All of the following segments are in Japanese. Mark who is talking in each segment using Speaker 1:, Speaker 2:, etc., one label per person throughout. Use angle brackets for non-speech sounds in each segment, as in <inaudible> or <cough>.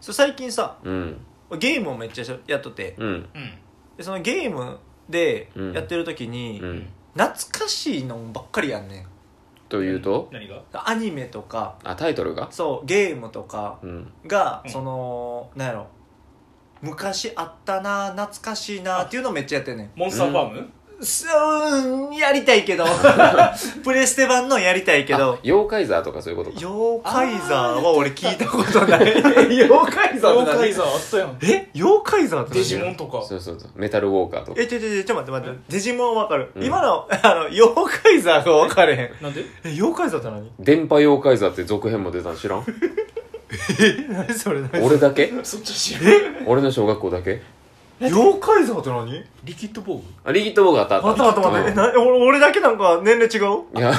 Speaker 1: そう最近さ
Speaker 2: うん
Speaker 1: ゲームをめっちゃやっとって
Speaker 2: うん
Speaker 3: うん
Speaker 1: でそのゲームで
Speaker 2: うん
Speaker 1: やってる時に、
Speaker 2: うん
Speaker 1: 懐かしいのばっかりやんねん
Speaker 2: というと
Speaker 3: 何が
Speaker 1: アニメとか
Speaker 2: あタイトルが
Speaker 1: そうゲームとか
Speaker 2: うん
Speaker 1: が、
Speaker 3: うん
Speaker 1: そのなんやろ昔あったな懐かしいなっていうのをめっちゃやってんねん
Speaker 3: モンスターファーム、
Speaker 1: そうやりたい
Speaker 3: <laughs>
Speaker 1: けどプレステ版のやりたいけど
Speaker 2: あ妖怪座とかそういうことか
Speaker 1: 妖怪座は俺聞いたことない妖怪座って
Speaker 3: 妖
Speaker 1: 何
Speaker 3: 怪座あったやん
Speaker 1: え妖怪座って何
Speaker 3: デジモンとか
Speaker 2: そうそうそうメタルウォーカーとか
Speaker 1: え、ちょちょちょ、ちょ、待って待って。デジモンわかる。
Speaker 2: うん
Speaker 1: 今の、あの、妖怪座がわかれへん。
Speaker 3: なんで
Speaker 1: え、妖怪座って何
Speaker 2: 電波妖怪座って続編も出たん
Speaker 1: <laughs>
Speaker 2: 知らん
Speaker 1: え、何それ何
Speaker 2: 俺だけ
Speaker 3: そっちは知らん
Speaker 2: 俺の小学校だけ
Speaker 1: 妖怪座って何
Speaker 3: リキッドボー
Speaker 2: あリキッドボーがあった
Speaker 1: 待って待って待って。え、な、俺、俺だけなんか年齢違う
Speaker 2: うん
Speaker 1: <laughs>
Speaker 2: いや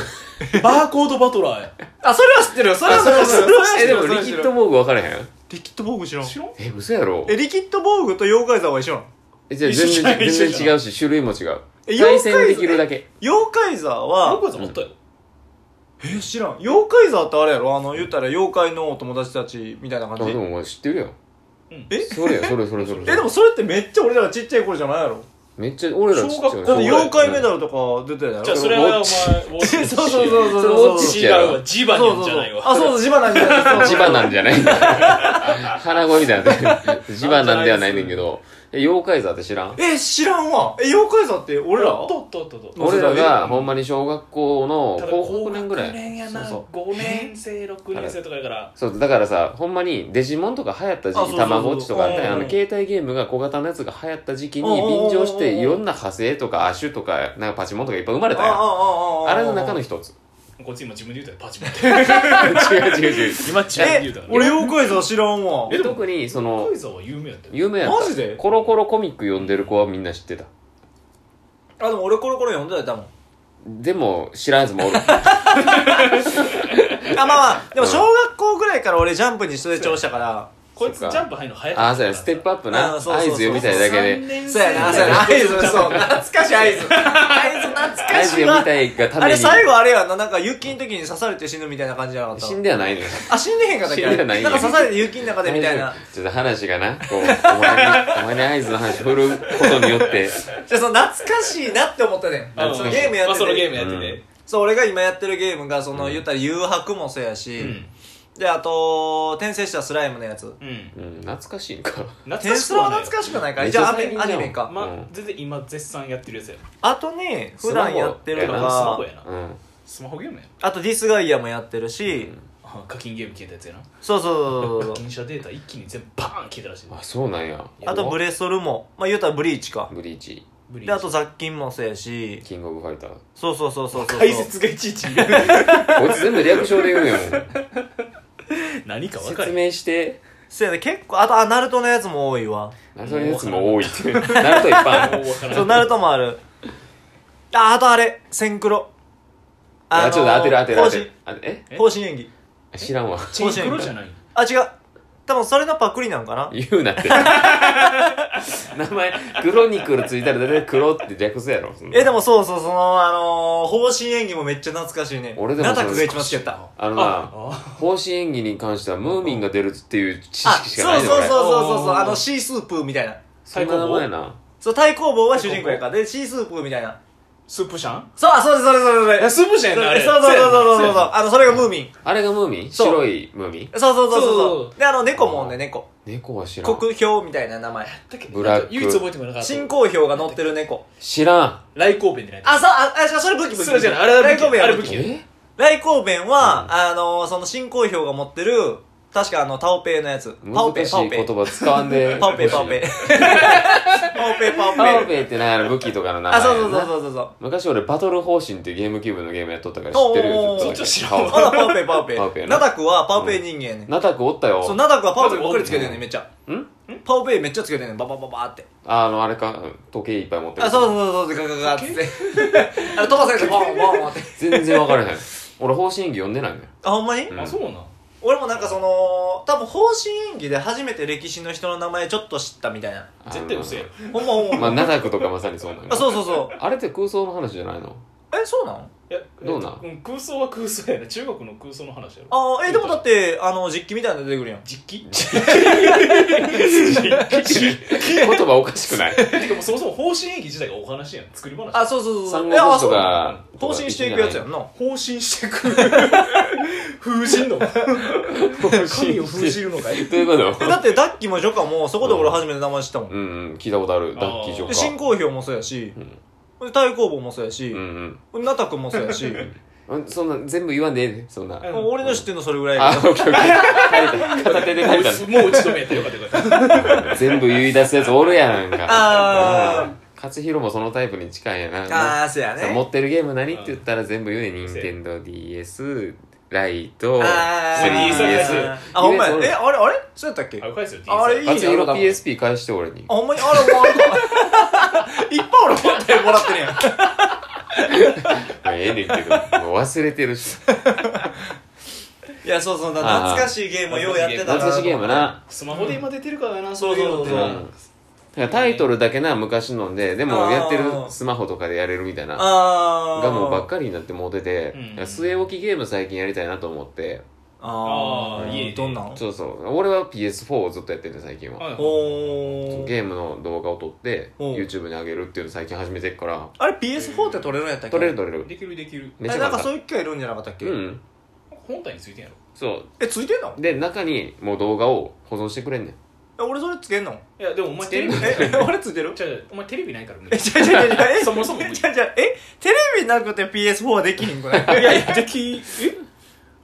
Speaker 3: グバーコードバトラーや
Speaker 1: あ、それは知ってるよ。それは
Speaker 2: あ
Speaker 1: 知ってるよ。それは知っ
Speaker 2: え
Speaker 1: てる
Speaker 2: で
Speaker 1: よ。
Speaker 2: も
Speaker 1: それ
Speaker 2: リ
Speaker 1: は知
Speaker 2: キ
Speaker 1: って
Speaker 2: ッ
Speaker 1: る
Speaker 2: ド
Speaker 1: よ
Speaker 2: ボーグ分からへん
Speaker 1: リキッド防具知らん。
Speaker 3: 知らん
Speaker 2: え嘘やろ
Speaker 1: え、リキッド防具と妖怪座は一緒なの
Speaker 2: えじゃあ全
Speaker 3: 一緒じゃ
Speaker 2: 然
Speaker 3: ん
Speaker 2: 全
Speaker 3: 一緒じ
Speaker 2: 然
Speaker 3: ゃ
Speaker 2: 違うし種類も違う
Speaker 1: え
Speaker 2: 対戦できるだけ
Speaker 1: 妖怪座は、
Speaker 3: 妖怪座あったよ
Speaker 1: え、知らん。妖怪座ってあれやろあの、言ったら妖怪のお友達たちみたいな
Speaker 2: あ
Speaker 1: 感じ。
Speaker 2: でもお前知ってるやん
Speaker 3: うん
Speaker 1: え
Speaker 2: それやそれそれそれ
Speaker 1: え、でもそれってめっちゃ俺らがちっちゃい頃じゃないやろ
Speaker 2: めっちゃ俺らちっちゃい
Speaker 3: 小学校
Speaker 1: だって
Speaker 3: で
Speaker 1: 妖怪メダルとか出てたやろ
Speaker 3: じゃあそれはお前ウォッチ
Speaker 1: えそうそうそうそう
Speaker 2: それ落ち
Speaker 3: 違うわジバニャンじゃないわ
Speaker 1: あ、そうそう、ジバなんじゃないそうそう
Speaker 2: 地場なんじゃないん <laughs> だ腹声みたいな地場なんではないねんだけどえ妖怪座って知らん
Speaker 1: え、知らんわ。え、妖怪座って俺ら
Speaker 3: あったあったあったあった
Speaker 2: 俺らがほんまに小学校の
Speaker 3: ただ
Speaker 2: 高学年ぐら
Speaker 3: 高学
Speaker 2: い
Speaker 3: 年やな
Speaker 1: そうそ
Speaker 3: 5年生6年生とかやから
Speaker 2: そうだからさほんまにデジモンとか流行った
Speaker 1: あ
Speaker 2: 時
Speaker 1: そう
Speaker 2: 期
Speaker 1: そうそう
Speaker 2: たまごっちとかあったやんあ
Speaker 3: うん
Speaker 2: の携帯ゲームが小型のやつが流行った時期に
Speaker 1: うん
Speaker 2: 便乗し
Speaker 1: う
Speaker 2: て
Speaker 1: ん
Speaker 2: いろんな派生とか亜種とかなんかパチモンとかいっぱい生まれた
Speaker 1: あ
Speaker 2: やん
Speaker 1: ああ
Speaker 2: あれの中の一
Speaker 1: <laughs>
Speaker 2: つ
Speaker 3: こいつ今自分で言うたよパチモンって
Speaker 2: 違う違う違う
Speaker 3: 今自分で
Speaker 1: え
Speaker 3: 言うたか、ら
Speaker 1: 俺妖怪座知らんわ。
Speaker 3: えでも
Speaker 2: 特にその
Speaker 3: 妖怪座は有名やったよ
Speaker 2: 有名やった
Speaker 1: マジで
Speaker 2: コロコロコミック読んでる子はみんな知ってた
Speaker 1: あ、でも俺コロコロ読んでたよ、多分。
Speaker 2: でも知らんやつもおる
Speaker 1: あ、まあまあ、でも小学校ぐらいから俺ジャンプに出場したから。
Speaker 3: こいつジャンプ入るの早かった
Speaker 2: ああそうやステップアップな
Speaker 1: あ
Speaker 2: 合
Speaker 1: そうそうそう
Speaker 2: 図よみたいだけで
Speaker 1: そうやな、そうやな。合図、そう。懐かしい合図。合図懐
Speaker 2: 合
Speaker 1: かし
Speaker 2: 図
Speaker 1: い
Speaker 2: よ
Speaker 1: わ
Speaker 2: み。たいがた
Speaker 1: あ
Speaker 2: め
Speaker 1: れ
Speaker 2: に
Speaker 1: 最後あれやな、なんか雪の時に刺されて死ぬみたいな感じじゃなかった
Speaker 2: 死んではないのよ
Speaker 1: あ、死んでへんかったっけ
Speaker 2: 死んでない
Speaker 1: なんか刺されて雪の中でみたいな。
Speaker 2: ちょっと話がなこうお前にお前に合図の話振ることに
Speaker 1: <laughs>
Speaker 2: よって
Speaker 1: じゃあその懐かしいなって思ったねん。
Speaker 3: あ
Speaker 1: そのゲームや
Speaker 3: ま
Speaker 1: って
Speaker 3: あそのゲ
Speaker 1: て
Speaker 3: ー。ムやってて
Speaker 1: そう、俺が今やってるゲームが、そうの、
Speaker 2: ん
Speaker 1: 言ったら誘白もそうやし、
Speaker 3: うん
Speaker 1: で、あと、転生したスライムのやつ。
Speaker 3: うん
Speaker 2: うん懐かしいんか
Speaker 3: 懐
Speaker 1: 転
Speaker 3: かし
Speaker 1: 生
Speaker 3: く
Speaker 1: は
Speaker 3: はない
Speaker 1: 懐かしくないか
Speaker 2: めっ
Speaker 1: じ
Speaker 2: ちゃ
Speaker 1: ゃあア
Speaker 2: 最
Speaker 1: ニ
Speaker 2: 近
Speaker 1: メ
Speaker 2: じゃ
Speaker 1: ア
Speaker 2: ん
Speaker 1: ニメか。
Speaker 3: ま
Speaker 2: うん
Speaker 3: あ全然今絶賛やってるやつや
Speaker 1: あとね、
Speaker 2: ス
Speaker 1: 普
Speaker 2: マホ
Speaker 1: 段やってるの
Speaker 2: やな
Speaker 3: スマホ
Speaker 1: が
Speaker 3: や、な
Speaker 2: うん
Speaker 3: スマホゲームやん
Speaker 1: あとディスガイアもやってるし、
Speaker 3: あ課金ゲーム消えたやつやな
Speaker 1: そうそうそう
Speaker 3: 課
Speaker 1: そう。
Speaker 2: <laughs>
Speaker 3: 金者データ一気に全部バーン消えたらしい
Speaker 2: あそうなんや
Speaker 1: あとブレソルも、まあ言うたらブリーチか。
Speaker 2: ブリーチ
Speaker 3: ブリーチ
Speaker 1: で、あと雑菌もそうやし、
Speaker 2: キングオブファイター
Speaker 1: そうそうそうそうそう。
Speaker 3: 解説がいちいち言う
Speaker 2: こいつ全部リアクション
Speaker 1: <laughs>
Speaker 2: で言うねんもん
Speaker 3: <laughs> 何か分か
Speaker 2: 説
Speaker 3: る
Speaker 2: 明して
Speaker 1: そうやね、結構、あと、あ、ナルトのやつも多いわ。
Speaker 2: ナルトのやつも多
Speaker 1: <laughs>
Speaker 2: いっていうナルトいっぱいある
Speaker 1: そう、ナルトもある。あ、あとあれ、センクロ。
Speaker 2: あちょっと当てる当てる当
Speaker 1: 方
Speaker 2: て
Speaker 1: 針
Speaker 2: る。あえ
Speaker 3: え
Speaker 1: 方針演技。
Speaker 2: 知らんわ。
Speaker 3: チェン黒じゃない
Speaker 1: あ、違う。多分それのパクリなんかな
Speaker 2: 言う
Speaker 1: <laughs>
Speaker 2: なって。名前、クロニクルついたら大体黒って略すやろ。そんな
Speaker 1: え、でもそうそう、その、あのー、方針演技もめっちゃ懐かしいね。
Speaker 2: 俺でもそ
Speaker 1: ナ
Speaker 2: れ
Speaker 1: タクが一番好きやった。あ、
Speaker 2: あのな、
Speaker 3: あ
Speaker 2: 方針演技に関してはムーミンが出るっていう知識しか
Speaker 1: そ
Speaker 2: な
Speaker 1: う
Speaker 2: い
Speaker 1: そうそう
Speaker 2: の
Speaker 1: そう
Speaker 2: 俺。
Speaker 1: そうそう、
Speaker 3: あー
Speaker 1: あの、シースープーみたいな。
Speaker 2: そんな名前やな。
Speaker 1: そう、対抗棒は主人公やから。で、シースープーみたいな。
Speaker 3: スープシャン
Speaker 1: そう、あそうです、そうです、そうです。
Speaker 3: スープシャン
Speaker 1: そう
Speaker 3: やなあ
Speaker 1: で
Speaker 3: れ
Speaker 1: すそうそうそうそうそう
Speaker 3: や
Speaker 1: そう。あの、それがムーミン。
Speaker 2: あれがムーミン
Speaker 1: そう
Speaker 2: 白いムーミン
Speaker 1: そうそうそうそう
Speaker 3: そう
Speaker 1: そう。で、あの、猫もおんね、猫。
Speaker 2: 猫は知らん。
Speaker 1: 国評みたいな名前。
Speaker 3: だっけ
Speaker 2: ブラック
Speaker 3: 唯一覚えてもらえなかった
Speaker 1: 新公評が乗ってる猫。
Speaker 2: 知らん。
Speaker 3: 来光弁でない
Speaker 1: あ、そう、あ、あそれ武器武器。
Speaker 3: それじゃないあれは武
Speaker 1: 雷
Speaker 3: 器
Speaker 1: 光弁は
Speaker 3: あれ武器
Speaker 2: え
Speaker 1: 雷光弁は、あの、その新公表が持ってる、確かあの、タオペイのやつ。パオペ
Speaker 2: 難
Speaker 1: イ、
Speaker 2: し
Speaker 1: パ
Speaker 2: い
Speaker 1: オペ
Speaker 2: 言
Speaker 1: イ。
Speaker 2: 葉使わんで。
Speaker 1: パオペイ、パオペイ。パオペイ、パオペイ。
Speaker 2: パオペイってなんやろ武器とかの名前
Speaker 1: あ、
Speaker 2: やな。
Speaker 1: そうそうそうそうそうそう。
Speaker 2: 昔俺バトル方針っていうゲームキューブのゲームやっとったから知ってる
Speaker 1: おーおー
Speaker 2: よ。ずっとだけ
Speaker 3: そっちは知らんわ
Speaker 1: あら、パオペイ、パオペ
Speaker 2: パオペイ
Speaker 1: イ。
Speaker 2: な
Speaker 1: ナダクはパオペイ人間やねん。
Speaker 2: ナタクおったよ。
Speaker 1: そう、ナダクはパオペイばっかりつけてんね
Speaker 2: うん
Speaker 1: ん、めっちゃ。
Speaker 2: ん
Speaker 1: パオペイめっちゃつけてんねん、ババババーって。
Speaker 2: あの、あれか、うん時計いっぱい持ってる。
Speaker 1: あ、そうそうそうそう、ガガガーって。あれ、飛ばされて、ボンボンボンって。
Speaker 2: 全然分からへん。俺、方針演技読んでないのよ。
Speaker 1: あ、ほんまに
Speaker 2: うん
Speaker 3: あそうなん
Speaker 1: 俺もなんかその、多分方針演技で初めて歴史の人の名前ちょっと知ったみたいな。
Speaker 3: 絶対嘘や
Speaker 1: ほ
Speaker 3: ろ
Speaker 1: んまほん
Speaker 2: あの
Speaker 1: ま。
Speaker 2: まあ、ナダクとかまさにそうなのよ
Speaker 1: あ、そうそうそう。
Speaker 2: あれって空想の話じゃないの
Speaker 1: え、そうなん
Speaker 3: いや
Speaker 2: どうなん
Speaker 3: えっと空想は空想やね中国の空想の話やろ
Speaker 1: ああえでもだってあの実機みたいなの出てくるやん
Speaker 3: 実機 <laughs> 実機
Speaker 2: 言葉おかしくない
Speaker 3: てかもうそもそも方針演技自体がお話やん作り話
Speaker 1: あそうそうそうそう
Speaker 2: 三国
Speaker 1: いや
Speaker 2: 志とか
Speaker 1: そう更新していくやつやんな
Speaker 3: 方針してくる風神の神を封じるのかい
Speaker 2: どういうこ
Speaker 1: えだってダッキーもジョカもそこで俺初めて名前知ったもん、
Speaker 2: とうんうん聞いたことある
Speaker 3: あー
Speaker 2: ダッキージョ
Speaker 1: で新
Speaker 2: ーカ
Speaker 1: 公表もそうやし、
Speaker 2: ん
Speaker 1: で太公望もそうやし、
Speaker 2: ーうん
Speaker 1: ナタ君もそうやし、
Speaker 2: うんそんな全部言わねえでそんな
Speaker 3: うん
Speaker 1: 俺の知ってるのそれぐらいや
Speaker 2: あ
Speaker 1: け
Speaker 2: オッケーオッケー書いた片手で書いた
Speaker 3: もう打ち止めやったよかったよかった
Speaker 2: 全部言い出すやつおるやんか
Speaker 1: あー
Speaker 2: うん勝弘もそのタイプに近いやな
Speaker 1: どああそうや
Speaker 2: 持
Speaker 1: ね
Speaker 2: ってるゲーム何って言ったら全部言うね任天堂 d s ライト
Speaker 1: あー
Speaker 2: 3DS
Speaker 1: あほんまや
Speaker 2: 言うね
Speaker 1: えあれあれそうやったっけ
Speaker 3: あ
Speaker 1: あ
Speaker 3: 深いですよ
Speaker 1: あれいいね
Speaker 2: 勝弘 PSP 返して俺に
Speaker 1: ほんまにあらもうあれか
Speaker 2: <laughs>
Speaker 1: いっぱい俺もらってもらってるやん
Speaker 2: まあええねんけどもう忘れてるし
Speaker 1: いやそうそうだから懐かしいゲームをようやってたな
Speaker 2: <laughs> 懐かしいゲームな
Speaker 3: スマホで今出てるからな
Speaker 1: そ
Speaker 3: そうう
Speaker 1: そ
Speaker 3: いうう
Speaker 1: そう
Speaker 3: のって
Speaker 2: うんだからタイトルだけな昔のんででもやってるスマホとかでやれるみたいな
Speaker 1: ああ
Speaker 2: がもうばっかりになってもうてて
Speaker 3: うん
Speaker 2: だから据え置きゲーム最近やりたいなと思って
Speaker 1: あ
Speaker 3: あ
Speaker 1: あ
Speaker 3: ーいいね
Speaker 1: どんなん
Speaker 2: そうそう俺は PS4 をずっとやってんねん最近は
Speaker 1: おー
Speaker 2: ゲームの動画を撮って
Speaker 1: うん
Speaker 2: YouTube に上げるっていうの最近始めてっから
Speaker 1: あれ PS4 って撮れるんやったっけ
Speaker 2: 撮れる撮れる
Speaker 3: できるできる
Speaker 1: え
Speaker 2: めっちゃ
Speaker 1: なん
Speaker 2: 簡
Speaker 1: かそ
Speaker 2: 単
Speaker 1: ういう機会いるんじゃなかったっけ
Speaker 2: うん
Speaker 3: 本体についてんやろ
Speaker 2: そ
Speaker 1: えついてんの
Speaker 2: うで中にもう動画を保存してくれんねん
Speaker 1: え俺それつけんの
Speaker 3: いやでもお前
Speaker 1: え
Speaker 3: テレビない
Speaker 1: え俺ついてる
Speaker 3: じゃお前テレビないから
Speaker 1: <laughs>
Speaker 3: ね
Speaker 1: えちゃちゃちゃちゃえ
Speaker 3: そもそも無理
Speaker 1: ちゃちゃえテレビなくて PS4 はできひんくない
Speaker 3: いやいやでき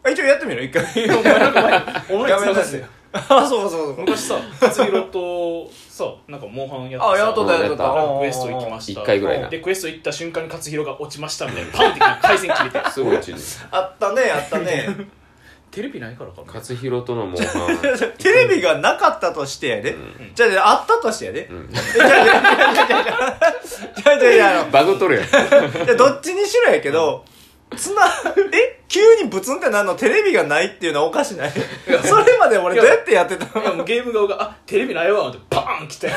Speaker 1: え一応やってみる一回
Speaker 3: えお前なんかお前
Speaker 1: 画
Speaker 3: お前
Speaker 1: 面出
Speaker 3: 繋がっ
Speaker 1: しててあそうかそうかそうか
Speaker 3: 昔さ勝弘とさなんかモンハンやって
Speaker 1: あやっとった
Speaker 2: うん
Speaker 1: やっとった
Speaker 2: や
Speaker 3: さクエスト行きました
Speaker 2: 一回ぐらいな
Speaker 3: でクエスト行った瞬間に勝弘が落ちましたみたいなパンって回線切れて <laughs>
Speaker 2: すごいチーム <laughs>
Speaker 1: あったねあったね
Speaker 3: テレビないからかな
Speaker 2: 勝弘とのモン <laughs> ハ
Speaker 1: テレビがなかったとしてやで
Speaker 2: ん
Speaker 1: じゃあじゃああったとしてやで
Speaker 2: ンうん
Speaker 1: えじゃあじゃあじゃあじゃあじゃあじゃあじゃああの
Speaker 2: バグ取るやん
Speaker 1: いやどっちにしろやけど、つな、え急にブツンってなんのテレビがないっていうのはおかしないそれまで俺どうやってやってた
Speaker 3: いやも
Speaker 1: の
Speaker 3: うゲーム側が「あテレビないわ」ってバーン来
Speaker 1: <laughs>
Speaker 3: て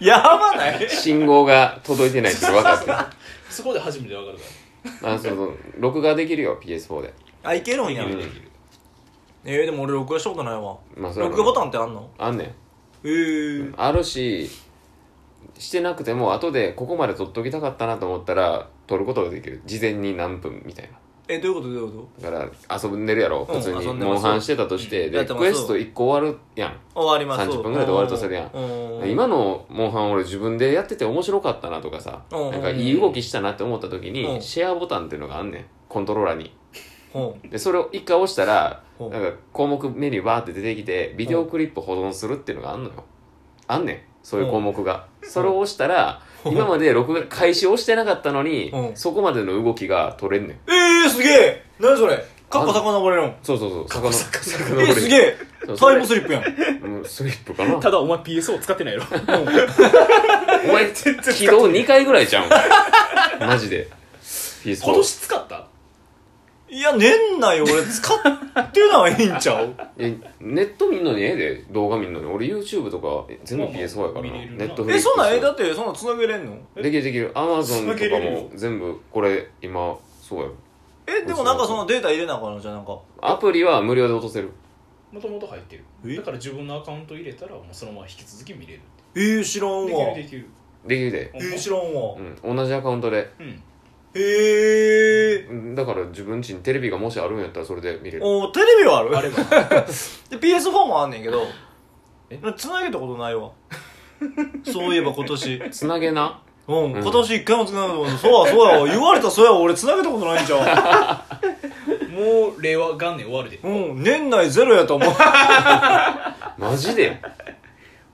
Speaker 1: やばない
Speaker 2: 信号が届いてないって分かっ
Speaker 3: そこで初めてわかるか
Speaker 2: たあそうそう録画できるよ PS4 で
Speaker 1: あ、いけるんや
Speaker 3: ら。
Speaker 2: う
Speaker 3: で
Speaker 2: ん
Speaker 3: きるできる
Speaker 1: えー、でも俺録画したことないわ。
Speaker 2: まあそうやろ
Speaker 1: 録画ボタンってあんの
Speaker 2: あんねん
Speaker 1: えー。
Speaker 2: あるししてなくても後でここまで撮っときたかったなと思ったら撮ることができる事前に何分みたいな
Speaker 1: え、どういうことどういうこ
Speaker 2: だから遊んでるやろ
Speaker 1: うん
Speaker 2: 普通に
Speaker 1: 遊んで
Speaker 2: モ
Speaker 1: ま
Speaker 2: ン
Speaker 1: す
Speaker 2: ハンしてたとして、
Speaker 1: うんや
Speaker 2: で
Speaker 1: って
Speaker 2: ク
Speaker 1: ます
Speaker 2: エスト1個終わるやん
Speaker 1: と終わります。
Speaker 2: 30分ぐらいで終わるとするやん
Speaker 1: ん
Speaker 2: 今のモンハン俺自分でやってて面白かったなとかさ
Speaker 1: うん
Speaker 2: なんかいい動きしたなって思った時
Speaker 1: う
Speaker 2: に
Speaker 1: ん
Speaker 2: シェアボタンっていうのがあんねんコントローラーに
Speaker 1: ほ
Speaker 2: でそれを1回押したら
Speaker 1: う
Speaker 2: なん
Speaker 1: ん。
Speaker 2: か項目メニューバーって出てきてビデオクリップ保存するっていうのがあんのよあんねんそういう項目がそれを押したら
Speaker 1: うん
Speaker 2: 今まで録画開始をしてなかったのに
Speaker 1: うん
Speaker 2: そこまでの動きが取れんねん
Speaker 1: えー、すげえ何それカッパ遡れるん。
Speaker 2: そうそうそう魚
Speaker 1: え
Speaker 2: 遡
Speaker 1: ー、すげえ
Speaker 2: そうそ
Speaker 1: タ
Speaker 2: れ
Speaker 1: イムスリップやん。
Speaker 2: うんスリップかな
Speaker 3: ただお前 PSO 使ってないやろ
Speaker 2: お前、昨日2回ぐらいじゃん。マジで。PS4
Speaker 3: 今年使った
Speaker 1: いや、年内俺使ってないんちゃ
Speaker 2: <laughs>
Speaker 1: う
Speaker 2: えネット見んのにええで、動画見んのに。俺 YouTube とか全部
Speaker 3: まあまあ
Speaker 2: PS4 やから
Speaker 3: 見
Speaker 2: な。
Speaker 3: れる
Speaker 2: ネ
Speaker 3: な
Speaker 2: ットフリ
Speaker 1: え、
Speaker 2: ックス
Speaker 1: そんなんえ、だってそんなん繋げれんの
Speaker 2: できるできる。Amazon
Speaker 3: 繋げ
Speaker 2: とか
Speaker 3: れるよ
Speaker 2: も全部これ今、そうやろ。
Speaker 1: え、でもなんかそのデータ入れなあかんのじゃあなんか。
Speaker 2: アプリは無料で落とせる。
Speaker 3: もともと入って
Speaker 1: え
Speaker 3: るだから自分のアカウント入れたらもうそのまま引き続き見れる
Speaker 1: えー、知らん
Speaker 3: でき
Speaker 1: わ
Speaker 3: るで。きる
Speaker 2: できるで。
Speaker 1: えー、知らんわ。
Speaker 2: うん、同じアカウントで。
Speaker 3: うん
Speaker 1: へえ。
Speaker 2: うんだから自分ちにテレビがもしあるんやったらそれで見れる。
Speaker 1: おーテレビはある
Speaker 3: あれば
Speaker 1: <laughs> で PS4 もあんねんけど
Speaker 3: え
Speaker 1: 繋げたことないわそういえば今年
Speaker 2: つなげな
Speaker 1: うん、
Speaker 2: うん
Speaker 1: 今年一回も繋げたことないそうやそうやわ言われたらそうやわ俺繋げたことないんちゃ
Speaker 3: もう令和元年終わるで
Speaker 1: ううん年内ゼロやと思う
Speaker 2: マ
Speaker 1: <laughs>
Speaker 2: ジで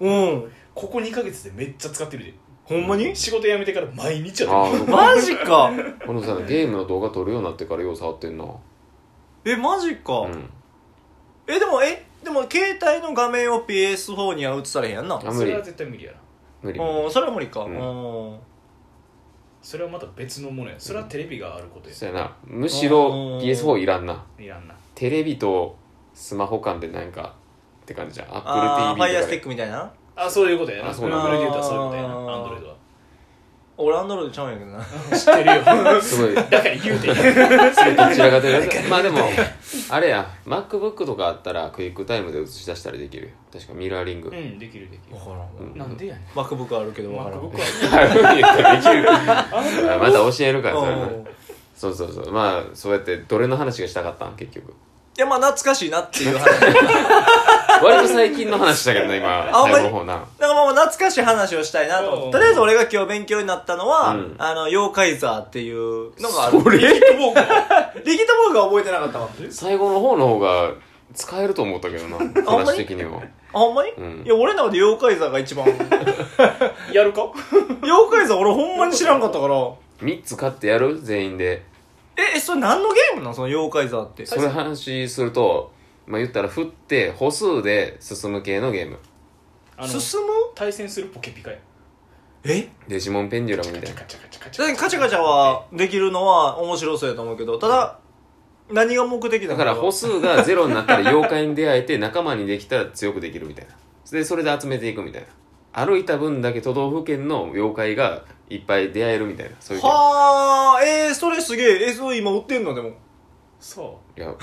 Speaker 1: うん
Speaker 3: ここ2ヶ月でめっちゃ使ってるで
Speaker 1: ほんまに
Speaker 3: 仕事辞めてから毎日や
Speaker 2: あ
Speaker 3: で
Speaker 2: あ、
Speaker 1: マジか
Speaker 2: このさ、ゲームの動画撮るようになってからよう触ってんな。う
Speaker 1: えマジか、
Speaker 2: ん。
Speaker 1: えでもえでも携帯の画面を PS4 には映されへんやんな
Speaker 2: あ無
Speaker 3: そ
Speaker 2: 理
Speaker 3: れは絶対無理やな
Speaker 2: 無理。
Speaker 1: うんそれは無理かう、
Speaker 2: うん
Speaker 3: それはまた別のものやそれはテレビがあることや
Speaker 2: そうやなむし
Speaker 1: う
Speaker 2: ろ
Speaker 1: ん
Speaker 2: PS4 いらんない
Speaker 3: らんな
Speaker 2: テレビとスマホ間でなんかって感じじゃん
Speaker 1: ああファイ
Speaker 2: AppleTV
Speaker 1: アステ
Speaker 2: とか
Speaker 1: ィ
Speaker 2: で
Speaker 1: ックみたいな
Speaker 3: あそういうことやな
Speaker 2: あそう
Speaker 1: なんだ
Speaker 3: Google で言うたらそういうことやな
Speaker 1: あー
Speaker 3: Android は
Speaker 1: 俺アンドロイドちゃうんやけどな
Speaker 3: 知ってるよ <laughs>
Speaker 2: すごい
Speaker 3: だから言う
Speaker 1: <laughs>
Speaker 3: てん
Speaker 2: どちらかというとまあでもあれや MacBook とかあったらクイックタイムで映し出したりできるよ確かミラーリング、 <laughs>
Speaker 3: うんできるできる
Speaker 1: 分からん
Speaker 2: うん
Speaker 3: なんでやねん
Speaker 1: マックブックあるけど分からん
Speaker 3: 僕は
Speaker 2: はいできるあまた教えるからそれ
Speaker 1: う
Speaker 2: も
Speaker 1: んい
Speaker 2: そうそうそうまあそうやってどれの話がしたかったん結局
Speaker 1: やまあ懐かしいなって
Speaker 2: <laughs>
Speaker 1: いう話なんか
Speaker 2: 割と最近の話だけどね今
Speaker 1: あほん
Speaker 2: 最
Speaker 1: ま
Speaker 2: 後
Speaker 1: に
Speaker 2: の方な
Speaker 1: まあまあ懐かしい話をしたいなと思
Speaker 3: う
Speaker 1: って
Speaker 3: ん
Speaker 1: とりあえず俺が今日勉強になったのは、
Speaker 2: うん
Speaker 1: あの妖怪座っていうのがある
Speaker 2: それ
Speaker 3: 僕は
Speaker 1: <laughs> 力友が覚えてなかったわ
Speaker 2: 最後の方の方が使えると思ったけどな
Speaker 1: ほんま
Speaker 2: 話
Speaker 1: に
Speaker 2: 的には
Speaker 1: あほんまに、
Speaker 2: うん
Speaker 1: いや俺の中で妖怪座が一
Speaker 2: <laughs>
Speaker 1: 番妖
Speaker 3: や
Speaker 1: <laughs>
Speaker 3: るか
Speaker 1: 怪座俺ほんまに知らんかったから
Speaker 2: 3つ買ってやる全員で
Speaker 1: ええそれ何のゲームなんその妖怪座って
Speaker 2: それ話するとまあ言ったら振って歩数で進む系のゲーム
Speaker 3: あの
Speaker 1: 進む
Speaker 3: 対戦するポケピカや
Speaker 1: え
Speaker 2: デジモンペンデュラムみたいな
Speaker 3: カチャカチャカチ
Speaker 1: だってカチャカチャはできるのは面白そうやと思うけどただ何が目的な
Speaker 2: だ
Speaker 1: の
Speaker 2: から歩
Speaker 1: 星
Speaker 2: 数がゼロになったら妖怪に出会えて仲間にできたら強くできるみたいなでそれで集めていくみたいな歩いた分だけ都道府県の妖怪がいっぱい出会えるみたいなそういうゲーム
Speaker 1: はあえー、それすげええそれ今売ってんのでも
Speaker 3: そ
Speaker 2: いや <laughs>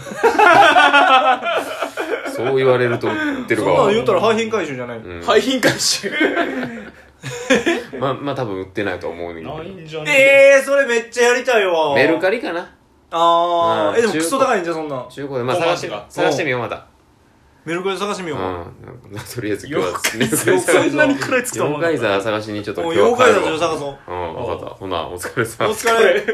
Speaker 2: そう言われると言って
Speaker 1: そん
Speaker 2: るか
Speaker 1: なの
Speaker 2: は
Speaker 1: 言ったら廃品回収じゃないの、
Speaker 2: う
Speaker 3: うん廃品回
Speaker 1: <laughs>
Speaker 3: 収
Speaker 2: まあまあ多分売ってないと思うんだけど
Speaker 3: ないんじゃねえ
Speaker 1: ええー、それめっちゃやりたいわ
Speaker 2: メルカリかな
Speaker 1: ああ
Speaker 2: うん
Speaker 1: えでもクソ高いんじゃんそんなん
Speaker 2: 中古でまあ
Speaker 3: 5万
Speaker 2: 探して
Speaker 3: とか
Speaker 2: 探してみようまた
Speaker 1: メルカリ探してみ
Speaker 2: う
Speaker 1: よ
Speaker 2: ん
Speaker 1: う、
Speaker 2: なんかとりあえず今日は
Speaker 3: 妖怪
Speaker 2: メルカ <laughs> リ
Speaker 1: そ
Speaker 2: 探
Speaker 1: んなに食らいつ
Speaker 2: し
Speaker 1: くとは
Speaker 2: 妖
Speaker 1: 思わな
Speaker 2: 怪
Speaker 1: かっ
Speaker 2: 座探しにちょったと
Speaker 1: も
Speaker 2: 今
Speaker 1: う
Speaker 2: 日は
Speaker 1: 妖怪座
Speaker 2: 帰
Speaker 1: ち
Speaker 2: ろ
Speaker 1: ょ
Speaker 2: う
Speaker 1: っと探そう
Speaker 2: うん分かったほなお疲れ
Speaker 1: お
Speaker 2: さん
Speaker 1: 疲れ